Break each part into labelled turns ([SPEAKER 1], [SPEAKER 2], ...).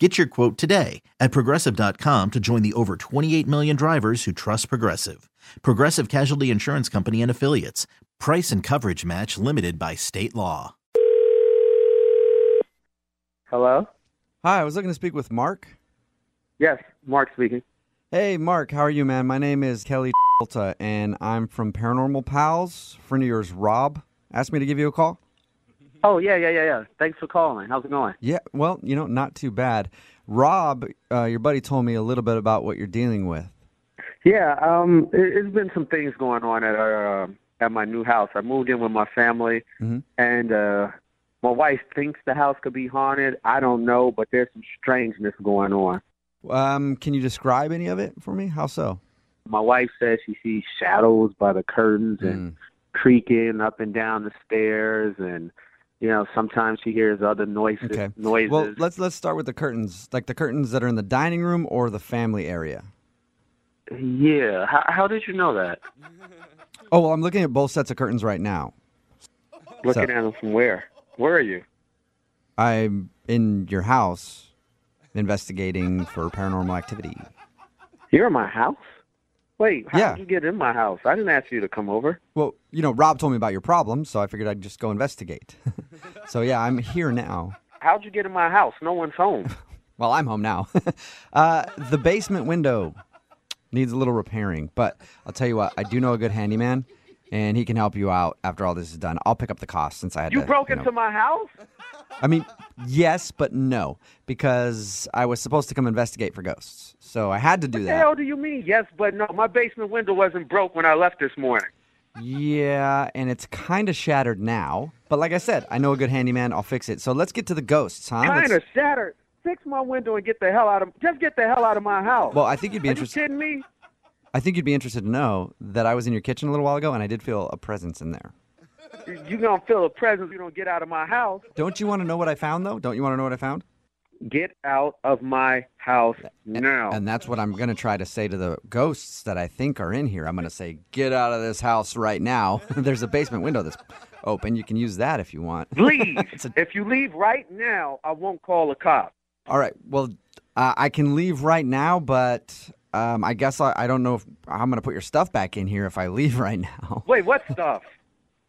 [SPEAKER 1] Get your quote today at progressive.com to join the over 28 million drivers who trust Progressive. Progressive Casualty Insurance Company and Affiliates. Price and coverage match limited by state law.
[SPEAKER 2] Hello?
[SPEAKER 3] Hi, I was looking to speak with Mark.
[SPEAKER 2] Yes, Mark speaking.
[SPEAKER 3] Hey, Mark, how are you, man? My name is Kelly Delta, and I'm from Paranormal Pals. Friend of yours, Rob, asked me to give you a call.
[SPEAKER 2] Oh, yeah, yeah, yeah, yeah. Thanks for calling. How's it going?
[SPEAKER 3] Yeah, well, you know, not too bad. Rob, uh, your buddy, told me a little bit about what you're dealing with.
[SPEAKER 2] Yeah, um, it, it's been some things going on at our, um at my new house. I moved in with my family,
[SPEAKER 3] Mhm.
[SPEAKER 2] and uh, my wife thinks the house could be haunted. I don't know, but there's some strangeness going on.
[SPEAKER 3] Um, can you describe any of it for me? How so?
[SPEAKER 2] My wife says she sees shadows by the curtains and
[SPEAKER 3] Mm.
[SPEAKER 2] creaking up and down the stairs, and you know sometimes she hears other noises.
[SPEAKER 3] Okay.
[SPEAKER 2] Noises.
[SPEAKER 3] Well, let's let's start with the curtains, like the curtains that are in the dining room or the family area.
[SPEAKER 2] yeah. How, how did you know that?
[SPEAKER 3] Oh well, I'm looking at both sets of curtains right now.
[SPEAKER 2] Looking at them from where? Where are you?
[SPEAKER 3] I'm in your house, investigating for paranormal activity.
[SPEAKER 2] You're in my house? Wait, how
[SPEAKER 3] Yeah.
[SPEAKER 2] did you get in my house? I didn't ask you to come over.
[SPEAKER 3] Well, you know, Rob told me about your problem, so I figured I'd just go investigate. so yeah, I'm here now.
[SPEAKER 2] How'd you get in my house? No one's home.
[SPEAKER 3] Well, I'm home now. uh, the basement window needs a little repairing, but I'll tell you what, I do know a good handyman, and he can help you out after all this is done. I'll pick up the cost since I had
[SPEAKER 2] You
[SPEAKER 3] to,
[SPEAKER 2] broke
[SPEAKER 3] know-
[SPEAKER 2] into my house?
[SPEAKER 3] I mean, yes, but no, because I was supposed to come investigate for ghosts, so I had to do
[SPEAKER 2] What the
[SPEAKER 3] that.
[SPEAKER 2] hell do you mean? Yes, but no. My basement window wasn't broke when I left this morning.
[SPEAKER 3] Yeah, and it's kind of shattered now. But like I said, I know a good handyman. I'll fix it. So let's get to the ghosts, huh? Let's-
[SPEAKER 2] Kind of shattered. Fix my window and get the hell out of just get the hell out of my house.
[SPEAKER 3] Well, I think you'd be
[SPEAKER 2] Are you
[SPEAKER 3] interested.
[SPEAKER 2] kidding me?
[SPEAKER 3] I think you'd be interested to know that I was in your kitchen a little while ago and I did feel a presence in there.
[SPEAKER 2] You gonna feel a presence if you don't get out of my house.
[SPEAKER 3] Don't you want to know what I found though? Don't you want to know what I found?
[SPEAKER 2] Get out of my house now.
[SPEAKER 3] And that's what I'm going to try to say to the ghosts that I think are in here. I'm going to say, "Get out of this house right now." There's a basement window that's open. You can use that if you want.
[SPEAKER 2] Leave. if you leave right now, I won't call a cop.
[SPEAKER 3] All right. Well, uh, I can leave right now, but um, I guess I, I don't know if I'm going to put your stuff back in here if I leave right now.
[SPEAKER 2] Wait, what stuff?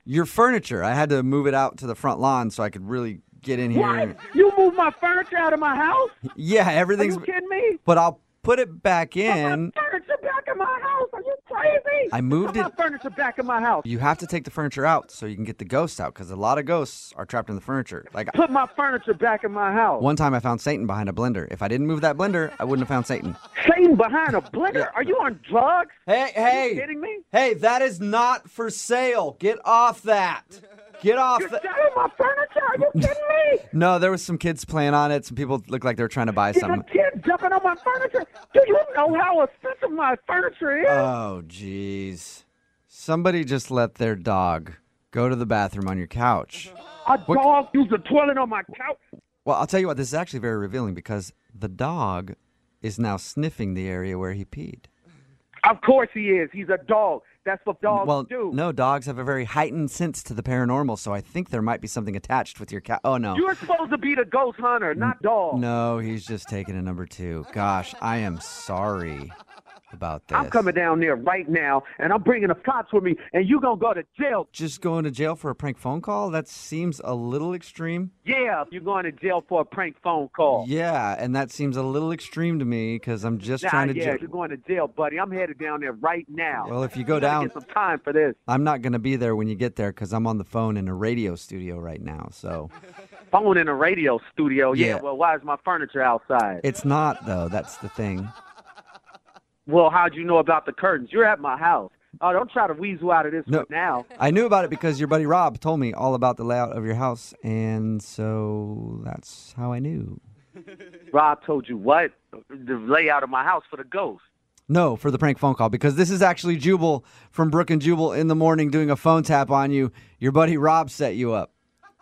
[SPEAKER 3] Your furniture. I had to move it out to the front lawn so I could really get in here.
[SPEAKER 2] What? You moved my furniture out of my house?
[SPEAKER 3] Yeah,
[SPEAKER 2] Are
[SPEAKER 3] everything's
[SPEAKER 2] you kidding me?
[SPEAKER 3] but I'll put it back
[SPEAKER 2] Put
[SPEAKER 3] in.
[SPEAKER 2] my furniture back in my house? Are you crazy?
[SPEAKER 3] I moved
[SPEAKER 2] Put my
[SPEAKER 3] it-
[SPEAKER 2] furniture back in my house.
[SPEAKER 3] You have to take the furniture out so you can get the ghosts out because a lot of ghosts are trapped in the furniture. Like
[SPEAKER 2] Put my furniture back in my house.
[SPEAKER 3] one time I found Satan behind a blender. If I didn't move that blender, I wouldn't have found Satan.
[SPEAKER 2] Satan behind a blender? Are you on drugs?
[SPEAKER 3] Hey,
[SPEAKER 2] Are you
[SPEAKER 3] hey,
[SPEAKER 2] kidding me?
[SPEAKER 3] hey, that is not for sale. Get off that. Get off
[SPEAKER 2] You're
[SPEAKER 3] that.
[SPEAKER 2] selling my furniture? Are you kidding me?
[SPEAKER 3] No, there was some kids playing on it. Some people looked like they were trying to buy
[SPEAKER 2] There's a
[SPEAKER 3] something.
[SPEAKER 2] kid jumping on my furniture. Do you know how expensive my furniture is?
[SPEAKER 3] Oh, jeez. Somebody just let their dog go to the bathroom on your couch.
[SPEAKER 2] a dog used the toilet on my couch.
[SPEAKER 3] Well, I'll tell you what, this is actually very revealing because the dog is now sniffing the area where he peed.
[SPEAKER 2] Of course he is. He's a dog. That's what dogs
[SPEAKER 3] well,
[SPEAKER 2] do.
[SPEAKER 3] no, dogs have a very heightened sense to the paranormal, so I think there might be something attached with your cat. Oh, no.
[SPEAKER 2] You're supposed to be the ghost hunter, not dog.
[SPEAKER 3] No, he's just taking a number two. Gosh, I am sorry about this.
[SPEAKER 2] I'm coming down there right now, and I'm bringing the cops with me, and you gonna go to jail.
[SPEAKER 3] Just going to jail for a prank phone call? That seems a little extreme.
[SPEAKER 2] Yeah, you're going to jail for a prank phone call.
[SPEAKER 3] Yeah, and that seems a little extreme to me because I'm just
[SPEAKER 2] Nah,
[SPEAKER 3] trying to.
[SPEAKER 2] yeah,
[SPEAKER 3] ju-
[SPEAKER 2] you're going to jail, buddy. I'm headed down there right now.
[SPEAKER 3] Well, if you go
[SPEAKER 2] You gotta
[SPEAKER 3] down,
[SPEAKER 2] get some time for this
[SPEAKER 3] I'm not going to be there when you get there because I'm on the phone in a radio studio right now. So
[SPEAKER 2] phone in a radio studio. Yeah.
[SPEAKER 3] Yeah.
[SPEAKER 2] Well, why is my furniture outside?
[SPEAKER 3] it's not though. That's the thing.
[SPEAKER 2] well, how'd you know about the curtains? You're at my house. Oh, don't try to weasel out of this
[SPEAKER 3] No.
[SPEAKER 2] one now.
[SPEAKER 3] I knew about it because your buddy Rob told me all about the layout of your house, and so that's how I knew.
[SPEAKER 2] Rob told you what the layout of my house for the ghost.
[SPEAKER 3] No, for the prank phone call because this is actually Jubal from Brook and Jubal in the morning doing a phone tap on you. Your buddy Rob set you up.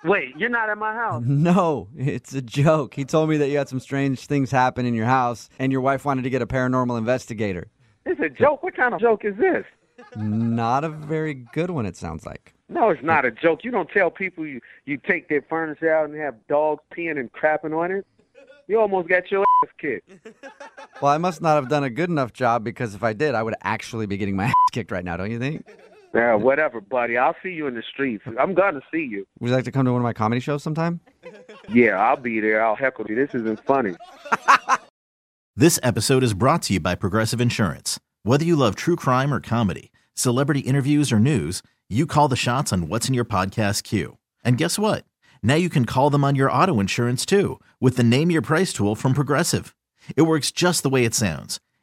[SPEAKER 2] Wait, you're not at my house.
[SPEAKER 3] No, it's a joke. He told me that you had some strange things happen in your house and your wife wanted to get a paranormal investigator.
[SPEAKER 2] It's a joke. What kind of joke is this?
[SPEAKER 3] Not a very good one, it sounds like.
[SPEAKER 2] No, it's not a joke. You don't tell people you, you take their furniture out and have dogs peeing and crapping on it. You almost got your ass kicked.
[SPEAKER 3] Well, I must not have done a good enough job because if I did, I would actually be getting my ass kicked right now, don't you think?
[SPEAKER 2] Yeah, whatever, buddy. I'll see you in the streets. I'm gonna see you.
[SPEAKER 3] Would you like to come to one of my comedy shows sometime?
[SPEAKER 2] Yeah, I'll be there. I'll heckle you. This isn't funny.
[SPEAKER 1] This episode is brought to you by Progressive Insurance. Whether you love true crime or comedy, celebrity interviews or news, you call the shots on what's in your podcast queue. And guess what? Now you can call them on your auto insurance too with the Name Your Price tool from Progressive. It works just the way it sounds.